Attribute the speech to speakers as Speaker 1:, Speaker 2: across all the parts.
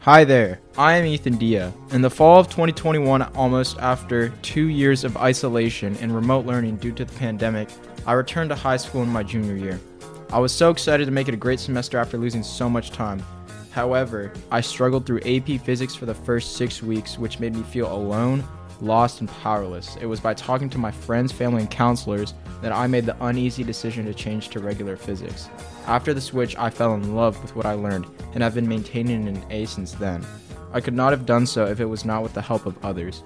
Speaker 1: Hi there, I am Ethan Dia. In the fall of 2021, almost after two years of isolation and remote learning due to the pandemic, I returned to high school in my junior year. I was so excited to make it a great semester after losing so much time. However, I struggled through AP Physics for the first six weeks, which made me feel alone, lost, and powerless. It was by talking to my friends, family, and counselors that I made the uneasy decision to change to regular physics. After the switch, I fell in love with what I learned, and I've been maintaining an A since then. I could not have done so if it was not with the help of others.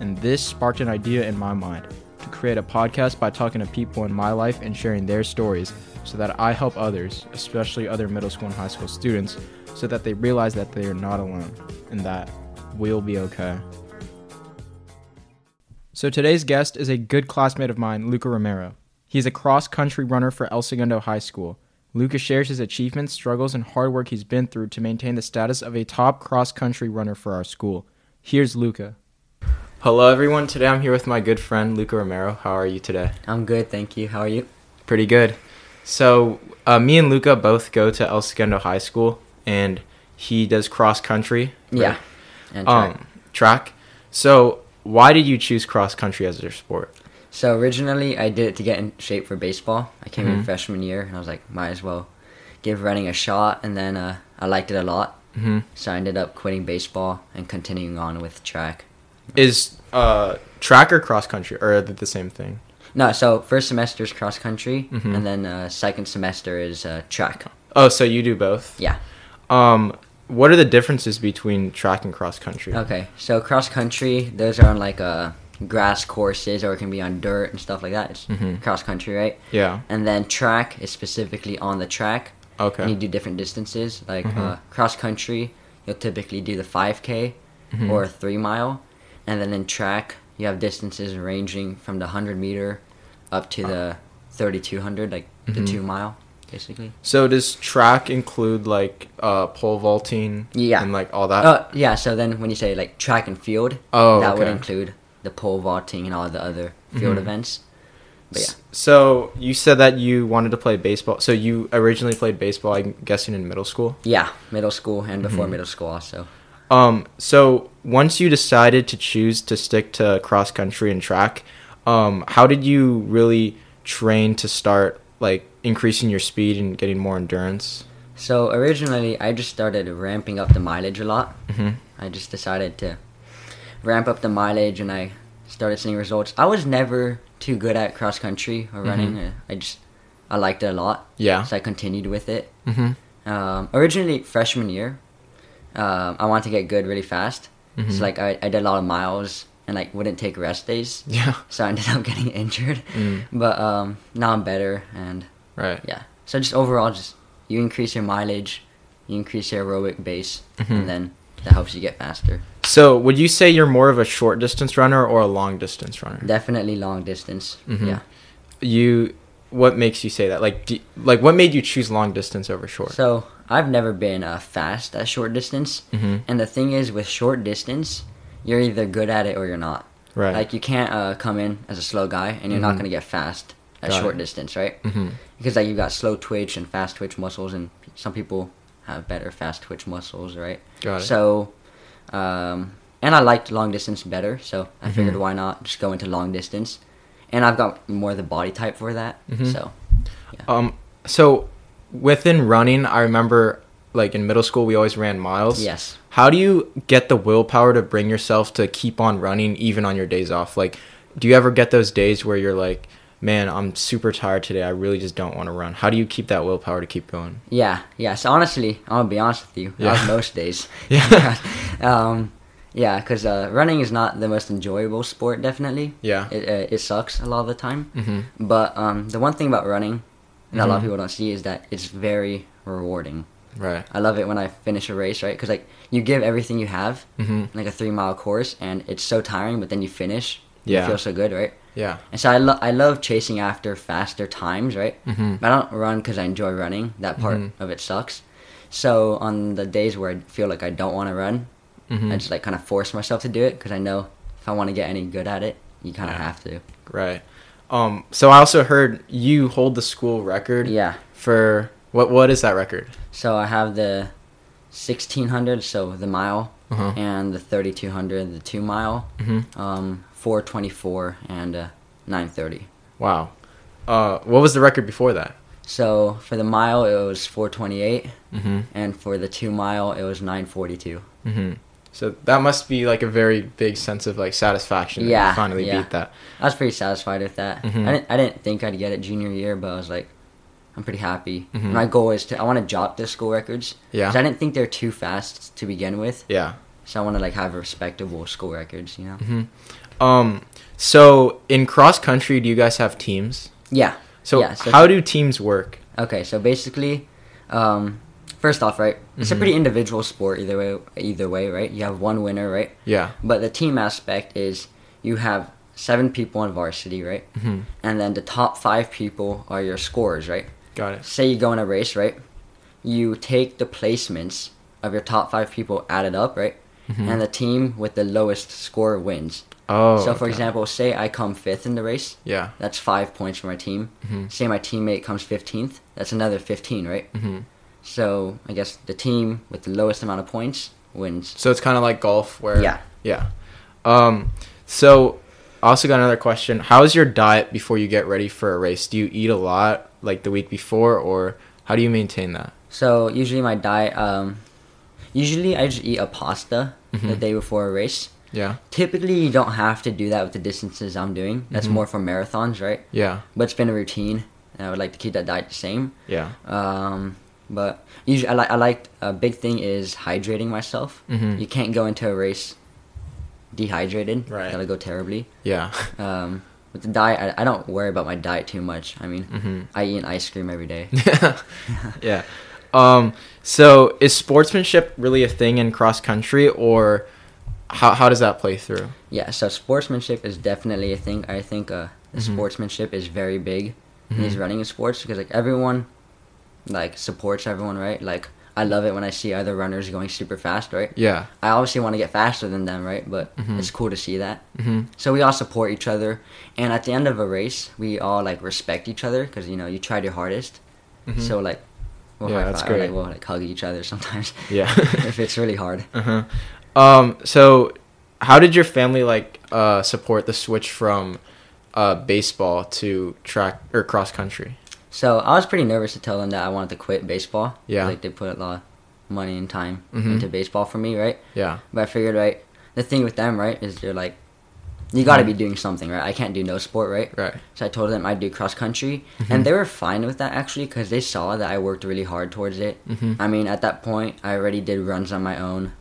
Speaker 1: And this sparked an idea in my mind to create a podcast by talking to people in my life and sharing their stories so that I help others, especially other middle school and high school students, so that they realize that they are not alone and that we'll be okay. So today's guest is a good classmate of mine, Luca Romero. He is a cross country runner for El Segundo High School. Luca shares his achievements, struggles, and hard work he's been through to maintain the status of a top cross country runner for our school. Here's Luca. Hello, everyone. Today I'm here with my good friend, Luca Romero. How are you today?
Speaker 2: I'm good, thank you. How are you?
Speaker 1: Pretty good. So, uh, me and Luca both go to El Segundo High School, and he does cross country.
Speaker 2: Yeah. And
Speaker 1: Um,
Speaker 2: track.
Speaker 1: track. So, why did you choose cross country as your sport?
Speaker 2: so originally, I did it to get in shape for baseball. I came
Speaker 1: Mm-hmm.
Speaker 2: in freshman year, and I was like, might as well give running a shot. And then uh, I liked it a lot,
Speaker 1: Mm-hmm.
Speaker 2: so I ended up quitting baseball and continuing on with track.
Speaker 1: Is uh, track or cross country, or are they the same thing?
Speaker 2: No, so first semester is cross country,
Speaker 1: Mhm.
Speaker 2: and then uh, second semester is uh, track.
Speaker 1: Oh, so you do both?
Speaker 2: Yeah.
Speaker 1: Um, what are the differences between track and cross country?
Speaker 2: Okay, so cross country, those are on like uh, grass courses, or it can be on dirt and stuff like that. It's
Speaker 1: Mhm.
Speaker 2: cross country, right?
Speaker 1: Yeah.
Speaker 2: And then track is specifically on the track. and you
Speaker 1: Okay.
Speaker 2: do different distances like
Speaker 1: Mhm.
Speaker 2: uh, cross country you'll typically do the 5k
Speaker 1: Mhm.
Speaker 2: or a 3 mile and then in track you have distances ranging from the 100 meter up
Speaker 1: Uh.
Speaker 2: to the 3200 like
Speaker 1: Mhm.
Speaker 2: the 2 mile basically
Speaker 1: So does track include like uh, pole vaulting?
Speaker 2: Yeah.
Speaker 1: And like all that.
Speaker 2: oh yeah so then when you say like track and field
Speaker 1: Uh. oh,
Speaker 2: that would
Speaker 1: okay.
Speaker 2: include the pole vaulting and all the other field
Speaker 1: Mhm.
Speaker 2: events but yeah
Speaker 1: S- So you said that you wanted to play baseball. So you originally played baseball, I'm guessing, in middle school.
Speaker 2: yeah middle school and before
Speaker 1: Mm-hmm.
Speaker 2: middle school also
Speaker 1: Um, so once you decided to choose to stick to cross country and track, um, how did you really train to start like increasing your speed and getting more endurance?
Speaker 2: so originally i just started ramping up the mileage a lot
Speaker 1: Mm-hmm.
Speaker 2: I just decided to ramp up the mileage and I started seeing results. I was never too good at cross country or running. Uh, I just I liked it a lot,
Speaker 1: Yeah.
Speaker 2: so I continued with it.
Speaker 1: Mm-hmm.
Speaker 2: Um, originally freshman year, um, I wanted to get good really fast.
Speaker 1: Mhm.
Speaker 2: So like I, I did a lot of miles and like wouldn't take rest days.
Speaker 1: Yeah.
Speaker 2: So I ended up getting injured.
Speaker 1: Mm.
Speaker 2: But um, now I'm better and
Speaker 1: Right.
Speaker 2: yeah. So just overall, just you increase your mileage, you increase your aerobic base,
Speaker 1: Mhm.
Speaker 2: and then that helps you get faster.
Speaker 1: So would you say you're more of a short distance runner or a long distance runner?
Speaker 2: Definitely long distance.
Speaker 1: Mhm.
Speaker 2: Yeah.
Speaker 1: You, what makes you say that? Like, do, like what made you choose long distance over short?
Speaker 2: So I've never been uh, fast at short distance,
Speaker 1: mm-hmm.
Speaker 2: and the thing is, with short distance, you're either good at it or you're not.
Speaker 1: Right.
Speaker 2: Like you can't uh, come in as a slow guy, and you're
Speaker 1: Mhm.
Speaker 2: not gonna get fast at
Speaker 1: Got
Speaker 2: short
Speaker 1: it.
Speaker 2: distance, right?
Speaker 1: mm-hmm.
Speaker 2: Because like you got slow twitch and fast twitch muscles, and some people have better fast twitch muscles, right?
Speaker 1: Got it.
Speaker 2: So, um, and I liked long distance better, so I
Speaker 1: Mhm.
Speaker 2: figured why not just go into long distance, and I've got more of the body type for that,
Speaker 1: Mhm.
Speaker 2: so.
Speaker 1: Um, so within running, I remember like in middle school, we always ran miles.
Speaker 2: Yes.
Speaker 1: How do you get the willpower to bring yourself to keep on running even on your days off? Like, do you ever get those days where you're like, man, I'm super tired today. I really just don't want to run. How do you keep that willpower to keep going?
Speaker 2: Yeah, yeah. So honestly, I'm gonna be honest with you. That
Speaker 1: Yeah.
Speaker 2: was most days.
Speaker 1: Yeah.
Speaker 2: um, yeah, because uh, running is not the most enjoyable sport. Definitely.
Speaker 1: Yeah.
Speaker 2: It uh, it sucks a lot of the time.
Speaker 1: Mm-hmm.
Speaker 2: But um, the one thing about running that a lot
Speaker 1: Mhm.
Speaker 2: of people don't see is that it's very rewarding.
Speaker 1: Right.
Speaker 2: I love it when I finish a race, right? Because like you give everything you have,
Speaker 1: Mm-hmm.
Speaker 2: like a three mile course, and it's so tiring, but then you finish.
Speaker 1: Yeah.
Speaker 2: You feel so good, right?
Speaker 1: Yeah.
Speaker 2: And so I, lo- I love chasing after faster times, right?
Speaker 1: Mhm.
Speaker 2: But I don't run because I enjoy running. That part
Speaker 1: Mhm.
Speaker 2: of it sucks. So on the days where I feel like I don't want to run,
Speaker 1: Mm-hmm.
Speaker 2: I just like kind of force myself to do it because I know if I want to get any good at it, you kind of
Speaker 1: Yeah.
Speaker 2: have to.
Speaker 1: Right. Um, so I also heard you hold the school record
Speaker 2: Yeah.
Speaker 1: for what? What is that record?
Speaker 2: So I have the 1600, so the mile,
Speaker 1: Uh-huh.
Speaker 2: and the 3200, the two mile,
Speaker 1: hmm
Speaker 2: um, 424, and uh, 930.
Speaker 1: Wow. Uh, what was the record before that?
Speaker 2: So for the mile, it was 428,
Speaker 1: Mm-hmm.
Speaker 2: and for the two mile, it was 942.
Speaker 1: Mm-hmm. So that must be like a very big sense of like satisfaction. that you
Speaker 2: Yeah,
Speaker 1: finally
Speaker 2: yeah.
Speaker 1: beat that.
Speaker 2: I was pretty satisfied with that.
Speaker 1: Mhm.
Speaker 2: I didn't I didn't think I'd get it junior year, but I was like, I'm pretty happy.
Speaker 1: Mhm.
Speaker 2: My goal is to I want to drop the school records. 'cause
Speaker 1: Yeah.
Speaker 2: I didn't think they're too fast to begin with,
Speaker 1: Yeah.
Speaker 2: so I want to like have respectable school records. You know?
Speaker 1: Um. So in cross country, do you guys have teams?
Speaker 2: Yeah.
Speaker 1: So
Speaker 2: Yeah, so-
Speaker 1: how do teams work?
Speaker 2: Okay. So basically, um, first off, right? It's a
Speaker 1: Mhm.
Speaker 2: pretty individual sport either way. Either way, right? You have one winner, right?
Speaker 1: Yeah.
Speaker 2: But the team aspect is you have seven people on varsity, right?
Speaker 1: Mm-hmm.
Speaker 2: And then the top five people are your scorers, right?
Speaker 1: Got it.
Speaker 2: say you go in a race, right? You take the placements of your top five people added up, right? And the team with the lowest score wins.
Speaker 1: Hmm. Oh.
Speaker 2: Mm-hmm. so, for
Speaker 1: okay.
Speaker 2: example, say I come fifth in the race,
Speaker 1: Yeah.
Speaker 2: that's five points for my team.
Speaker 1: Mhm.
Speaker 2: Say my teammate comes 15th, that's another 15, right?
Speaker 1: Mm-hmm.
Speaker 2: So, I guess the team with the lowest amount of points wins.
Speaker 1: So it's kind of like golf, where
Speaker 2: Yeah.
Speaker 1: yeah. Um. So I also got another question. How's your diet before you get ready for a race? Do you eat a lot like the week before, or how do you maintain that?
Speaker 2: So, usually my diet, um, usually I just eat a pasta
Speaker 1: Mm-hmm.
Speaker 2: the day before a race.
Speaker 1: Yeah.
Speaker 2: Typically, you don't have to do that with the distances I'm doing. That's
Speaker 1: Mm-hmm.
Speaker 2: more for marathons, right?
Speaker 1: Yeah.
Speaker 2: but it's been a routine, and I would like to keep that diet the same.
Speaker 1: Yeah.
Speaker 2: Um, but usually, I like I like a big thing is hydrating myself.
Speaker 1: Mhm.
Speaker 2: You can't go into a race dehydrated.
Speaker 1: Right.
Speaker 2: that'll go terribly.
Speaker 1: Yeah.
Speaker 2: Um, with the diet, I, I don't worry about my diet too much. I mean, I eat ice cream every day.
Speaker 1: Mm-hmm. yeah. Um, so is sportsmanship really a thing in cross country, or how how does that play through?
Speaker 2: yeah, so sportsmanship is definitely a thing. I think uh, sportsmanship is very big in
Speaker 1: Mm-hmm.
Speaker 2: these running sports because like everyone, like supports everyone, right? Like I love it when I see other runners going super fast, right?
Speaker 1: Yeah.
Speaker 2: I obviously want to get faster than them, right? But
Speaker 1: Mhm.
Speaker 2: it's cool to see that.
Speaker 1: Mm-hmm.
Speaker 2: So we all support each other, and at the end of a race, we all like respect each other because you know you tried your hardest. So like, we'll
Speaker 1: Mm-hmm. Yeah,
Speaker 2: high
Speaker 1: that's
Speaker 2: five, or,
Speaker 1: great.
Speaker 2: like we'll like hug each other sometimes.
Speaker 1: Yeah.
Speaker 2: if it's really hard.
Speaker 1: uh-huh. Um. So how did your family like uh support the switch from uh baseball to track or cross country?
Speaker 2: So I was pretty nervous to tell them that I wanted to quit baseball.
Speaker 1: Yeah.
Speaker 2: like they put a lot of money and time
Speaker 1: Mhm.
Speaker 2: into baseball for me, right?
Speaker 1: Yeah.
Speaker 2: But I figured, right, the thing with them, right, is they're like, you got to
Speaker 1: Mm-hmm.
Speaker 2: be doing something, right? I can't do no sport, right?
Speaker 1: Right.
Speaker 2: So I told them I'd do cross country,
Speaker 1: Mm-hmm.
Speaker 2: and they were fine with that actually because they saw that I worked really hard towards it.
Speaker 1: Mhm.
Speaker 2: I mean, at that point, I already did runs on my own,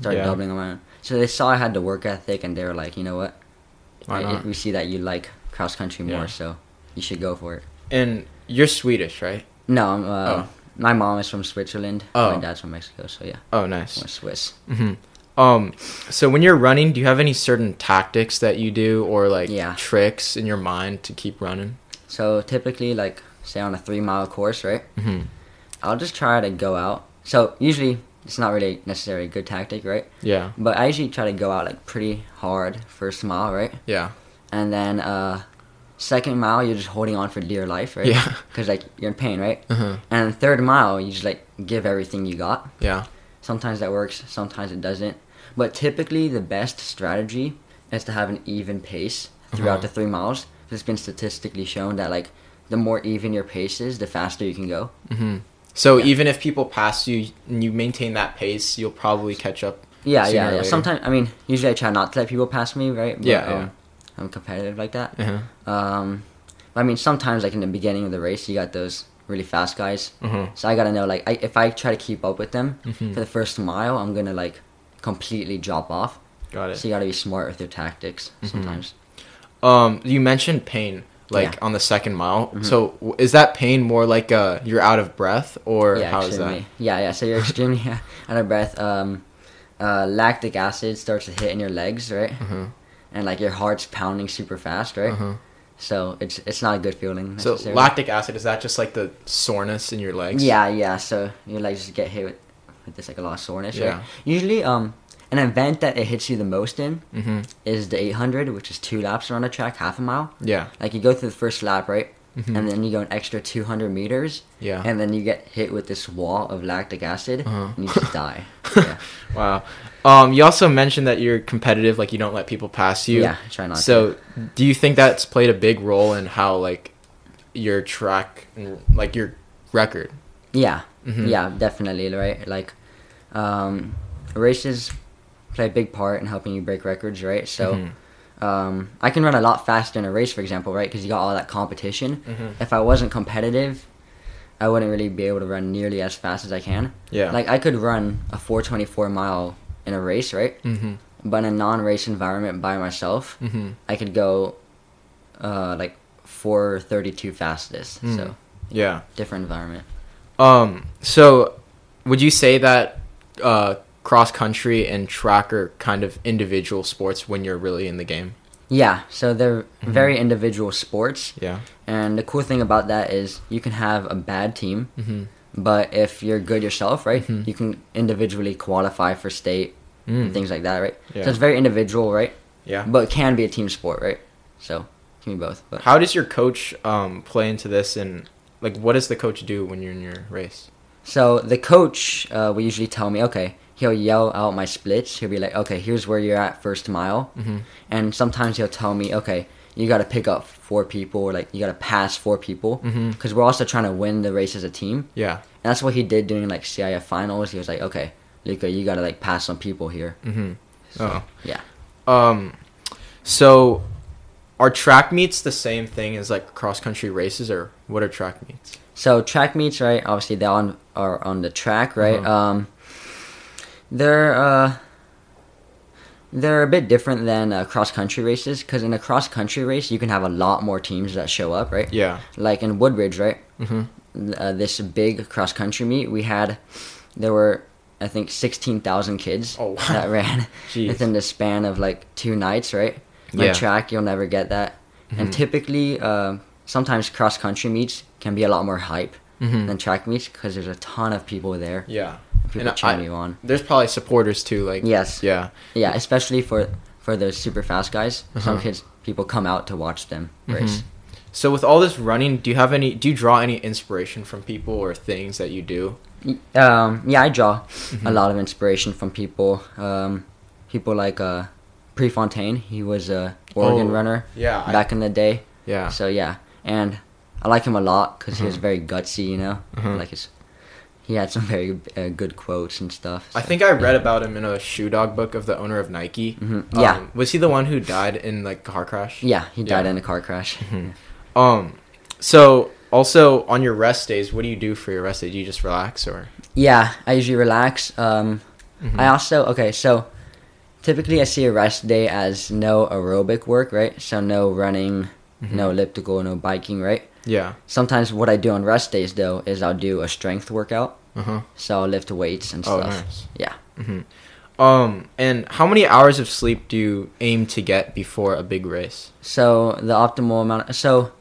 Speaker 2: started
Speaker 1: Yeah.
Speaker 2: doubling on my own. So they saw I had the work ethic, and they were like, you know what?
Speaker 1: Why
Speaker 2: I-
Speaker 1: not?
Speaker 2: We see that you like cross country more,
Speaker 1: Yeah.
Speaker 2: so you should go for it.
Speaker 1: And you're Swedish, right?
Speaker 2: No, I'm, uh,
Speaker 1: Oh.
Speaker 2: my mom is from Switzerland.
Speaker 1: Oh.
Speaker 2: My dad's from Mexico, so yeah,
Speaker 1: Oh, nice.
Speaker 2: we're Swiss.
Speaker 1: Um, so when you're running, do you have any certain tactics that you do or like
Speaker 2: Yeah.
Speaker 1: tricks in your mind to keep running?
Speaker 2: So typically, like, say on a three mile course, right?
Speaker 1: Mhm.
Speaker 2: I'll just try to go out. So usually, it's not really necessarily a good tactic, right?
Speaker 1: Yeah,
Speaker 2: But I usually try to go out like pretty hard first mile, right?
Speaker 1: yeah,
Speaker 2: And then uh second mile you're just holding on for dear life, right?
Speaker 1: Yeah.
Speaker 2: Cuz like you're in pain, right?
Speaker 1: uh-huh.
Speaker 2: And then third mile you just like give everything you got.
Speaker 1: yeah,
Speaker 2: Sometimes that works, sometimes it doesn't. But typically the best strategy is to have an even pace throughout
Speaker 1: Uh-huh.
Speaker 2: the 3 miles. It's been statistically shown that like the more even your pace is, the faster you can go.
Speaker 1: hmm So even if people pass you and you maintain that pace, you'll probably catch up.
Speaker 2: Yeah,
Speaker 1: sooner or
Speaker 2: yeah, yeah.
Speaker 1: later.
Speaker 2: Sometimes I mean, usually I try not to let people pass me, right? But,
Speaker 1: Yeah,
Speaker 2: um,
Speaker 1: yeah.
Speaker 2: I'm competitive like that.
Speaker 1: Uh-huh.
Speaker 2: Um, I mean, sometimes like in the beginning of the race, you got those really fast guys.
Speaker 1: Uh-huh.
Speaker 2: So I gotta know like I, if I try to keep up with them for the first mile, I'm gonna like completely drop off.
Speaker 1: Got
Speaker 2: So
Speaker 1: it.
Speaker 2: you gotta be smart with your tactics sometimes.
Speaker 1: Um, you mentioned pain like
Speaker 2: Yeah. Mm-hmm.
Speaker 1: on the second mile. So w- is that pain more like uh you're out of breath or
Speaker 2: yeah,
Speaker 1: how is
Speaker 2: extremely.
Speaker 1: that?
Speaker 2: Yeah, yeah. So you're extremely out of breath. Um, uh, lactic acid starts to hit in your legs, right?
Speaker 1: Uh-huh.
Speaker 2: And like your heart's pounding super fast, right?
Speaker 1: Uh-huh.
Speaker 2: So it's it's not a good feeling.
Speaker 1: So
Speaker 2: necessarily.
Speaker 1: lactic acid is that just like the soreness in your legs?
Speaker 2: Yeah, yeah. So you like just get hit with, with this like a lot of soreness.
Speaker 1: Yeah.
Speaker 2: Right? Usually, um, an event that it hits you the most in
Speaker 1: Mm-hmm.
Speaker 2: is the 800, which is two laps around a track, half a mile.
Speaker 1: Yeah.
Speaker 2: Like you go through the first lap, right?
Speaker 1: Mhm.
Speaker 2: and then you go an extra 200 meters,
Speaker 1: Yeah.
Speaker 2: and then you get hit with this wall of lactic acid,
Speaker 1: Uh-huh.
Speaker 2: and you just die. Yeah.
Speaker 1: Wow. Um, you also mentioned that you're competitive, like you don't let people pass you.
Speaker 2: Yeah, I try not
Speaker 1: So, do you think that's played a big role in how like your track, and like your record?
Speaker 2: Yeah,
Speaker 1: Mhm.
Speaker 2: yeah, definitely, right? Like, um, races play a big part in helping you break records, right? So,
Speaker 1: Mm-hmm.
Speaker 2: um, I can run a lot faster in a race, for example, right? Because you got all that competition.
Speaker 1: Mhm.
Speaker 2: If I wasn't competitive, I wouldn't really be able to run nearly as fast as I can.
Speaker 1: Yeah.
Speaker 2: Like, I could run a 424 mile in a race, right?
Speaker 1: Mhm.
Speaker 2: But in a non race environment by myself,
Speaker 1: Mhm.
Speaker 2: I could go, uh, like, 432 fastest.
Speaker 1: Mm.
Speaker 2: So,
Speaker 1: Yeah.
Speaker 2: different environment.
Speaker 1: Um. So, would you say that uh, cross country and track are kind of individual sports when you're really in the game?
Speaker 2: Yeah, so they're
Speaker 1: Mm-hmm.
Speaker 2: very individual sports.
Speaker 1: Yeah.
Speaker 2: And the cool thing about that is you can have a bad team,
Speaker 1: Mhm.
Speaker 2: but if you're good yourself, right,
Speaker 1: Mhm.
Speaker 2: you can individually qualify for state
Speaker 1: Mm.
Speaker 2: and things like that, right?
Speaker 1: Yeah.
Speaker 2: So it's very individual, right?
Speaker 1: Yeah.
Speaker 2: But it can be a team sport, right? So it can be both. But
Speaker 1: How does your coach um, play into this, and like what does the coach do when you're in your race?
Speaker 2: so the coach uh, will usually tell me, okay, he'll yell out my splits. He'll be like, okay, here's where you're at first mile,
Speaker 1: Mhm.
Speaker 2: and sometimes he'll tell me, okay. You gotta pick up four people, or like you gotta pass four people,
Speaker 1: Mhm.
Speaker 2: because we're also trying to win the race as a team.
Speaker 1: Yeah.
Speaker 2: And that's what he did during like CIF finals. He was like, okay, Luca, you gotta like pass some people here.
Speaker 1: Mm-hmm. Oh.
Speaker 2: Yeah.
Speaker 1: Um, so are track meets the same thing as like cross country races, or what are track meets?
Speaker 2: So track meets, right? Obviously, they on are on the track, right?
Speaker 1: Uh-huh.
Speaker 2: Um, they're uh, they're a bit different than uh, cross country races because in a cross country race, you can have a lot more teams that show up, right?
Speaker 1: Yeah.
Speaker 2: Like in Woodbridge, right?
Speaker 1: Mm-hmm.
Speaker 2: Th- Uh, this big cross country meet, we had there were I think sixteen thousand kids
Speaker 1: Oh, wow.
Speaker 2: that ran.
Speaker 1: Jeez.
Speaker 2: within the span of like two nights, right? My
Speaker 1: Yeah. Mm-hmm.
Speaker 2: track, you'll never get that. And typically, uh, sometimes cross country meets can be a lot more hype
Speaker 1: Mhm.
Speaker 2: than track meets because there's a ton of people there,
Speaker 1: Yeah.
Speaker 2: people
Speaker 1: And
Speaker 2: cheering
Speaker 1: I,
Speaker 2: you on.
Speaker 1: there's probably supporters too. Like.
Speaker 2: Yes.
Speaker 1: Yeah.
Speaker 2: Yeah, especially for for those super fast guys. Some
Speaker 1: Uh-huh. Mm-hmm.
Speaker 2: kids, people come out to watch them race.
Speaker 1: So with all this running, do you have any? Do you draw any inspiration from people or things that you do?
Speaker 2: Y- Um, yeah, I draw
Speaker 1: Mm-hmm.
Speaker 2: a lot of inspiration from people. Um, people like uh, Prefontaine. He was a Oregon
Speaker 1: Oh,
Speaker 2: runner
Speaker 1: yeah, I-
Speaker 2: back in the day.
Speaker 1: Yeah. Mm-hmm.
Speaker 2: So yeah, and I like him a lot because he was very gutsy. You know, like his, he had some very uh, good quotes and stuff.
Speaker 1: I
Speaker 2: so-
Speaker 1: think I read about him in a shoe dog book of the owner of Nike.
Speaker 2: Mhm. Yeah.
Speaker 1: Um, was he the one who died in like a car crash?
Speaker 2: Yeah, he died
Speaker 1: Yeah.
Speaker 2: in a car crash.
Speaker 1: Um. So also on your rest days, what do you do for your rest day? Do you just relax or?
Speaker 2: Yeah, I usually relax. Um,
Speaker 1: Mm-hmm.
Speaker 2: I also okay. So typically, I see a rest day as no aerobic work, right? So no running,
Speaker 1: Mm-hmm.
Speaker 2: no elliptical, no biking, right?
Speaker 1: Yeah.
Speaker 2: Sometimes what I do on rest days though is I'll do a strength workout.
Speaker 1: Uh huh.
Speaker 2: So I'll lift weights and
Speaker 1: Oh,
Speaker 2: Uh-huh. stuff.
Speaker 1: nice.
Speaker 2: Yeah.
Speaker 1: Um, and how many hours of sleep do you aim to get before a big race?
Speaker 2: So the optimal amount. So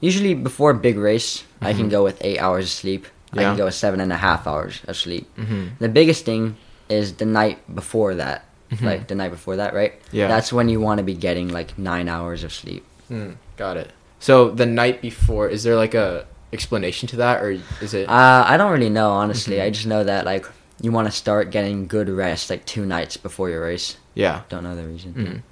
Speaker 2: usually before a big race, I can go with eight hours of sleep. I
Speaker 1: Mm-hmm. Yeah.
Speaker 2: can go with seven and a half hours of sleep.
Speaker 1: Mhm.
Speaker 2: The biggest thing is the night before that. Like the night before that, right?
Speaker 1: Mm-hmm. Yeah.
Speaker 2: That's when you want to be getting like nine hours of sleep.
Speaker 1: Hmm, got it. So the night before, is there like a explanation to that, or is it?
Speaker 2: Uh, I don't really know, honestly.
Speaker 1: Mm-hmm.
Speaker 2: I just know that like you want to start getting good rest like two nights before your race.
Speaker 1: yeah.
Speaker 2: Don't know the reason.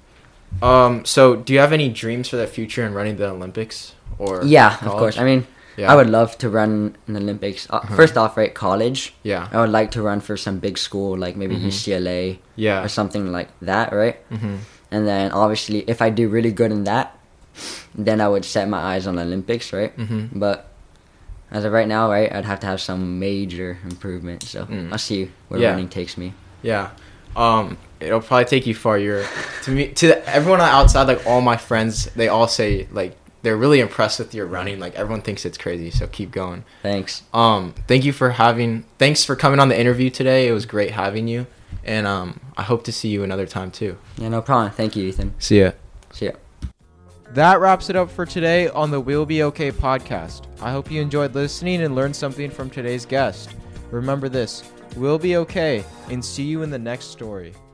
Speaker 1: Mm. Um. So do you have any dreams for the future in running the Olympics or?
Speaker 2: Yeah, of
Speaker 1: college?
Speaker 2: course. I mean,
Speaker 1: Yeah. Uh-huh.
Speaker 2: I would love to run an Olympics. Uh, First off, right, college.
Speaker 1: Yeah.
Speaker 2: I would like to run for some big school, like maybe UCLA
Speaker 1: Mm-hmm. Yeah.
Speaker 2: or something like that, right?
Speaker 1: Mm-hmm.
Speaker 2: And then obviously, if I do really good in that, then I would set my eyes on Olympics, right?
Speaker 1: Mhm.
Speaker 2: But as of right now, right, I'd have to have some major improvement. So
Speaker 1: Mm.
Speaker 2: I'll see where
Speaker 1: Yeah.
Speaker 2: running takes me.
Speaker 1: Yeah. Um. It'll probably take you far. You're to me to everyone outside. Like all my friends, they all say like they're really impressed with your running. Like everyone thinks it's crazy. So keep going.
Speaker 2: Thanks.
Speaker 1: um thank you for having thanks for coming on the interview today it was great having you and um i hope to see you another time too
Speaker 2: Yeah, no problem. Thank you, Ethan.
Speaker 1: see ya
Speaker 2: See ya.
Speaker 1: that wraps it up for today on the We'll Be Okay podcast. I hope you enjoyed listening and learned something from today's guest. Remember this we'll be okay and see you in the next story.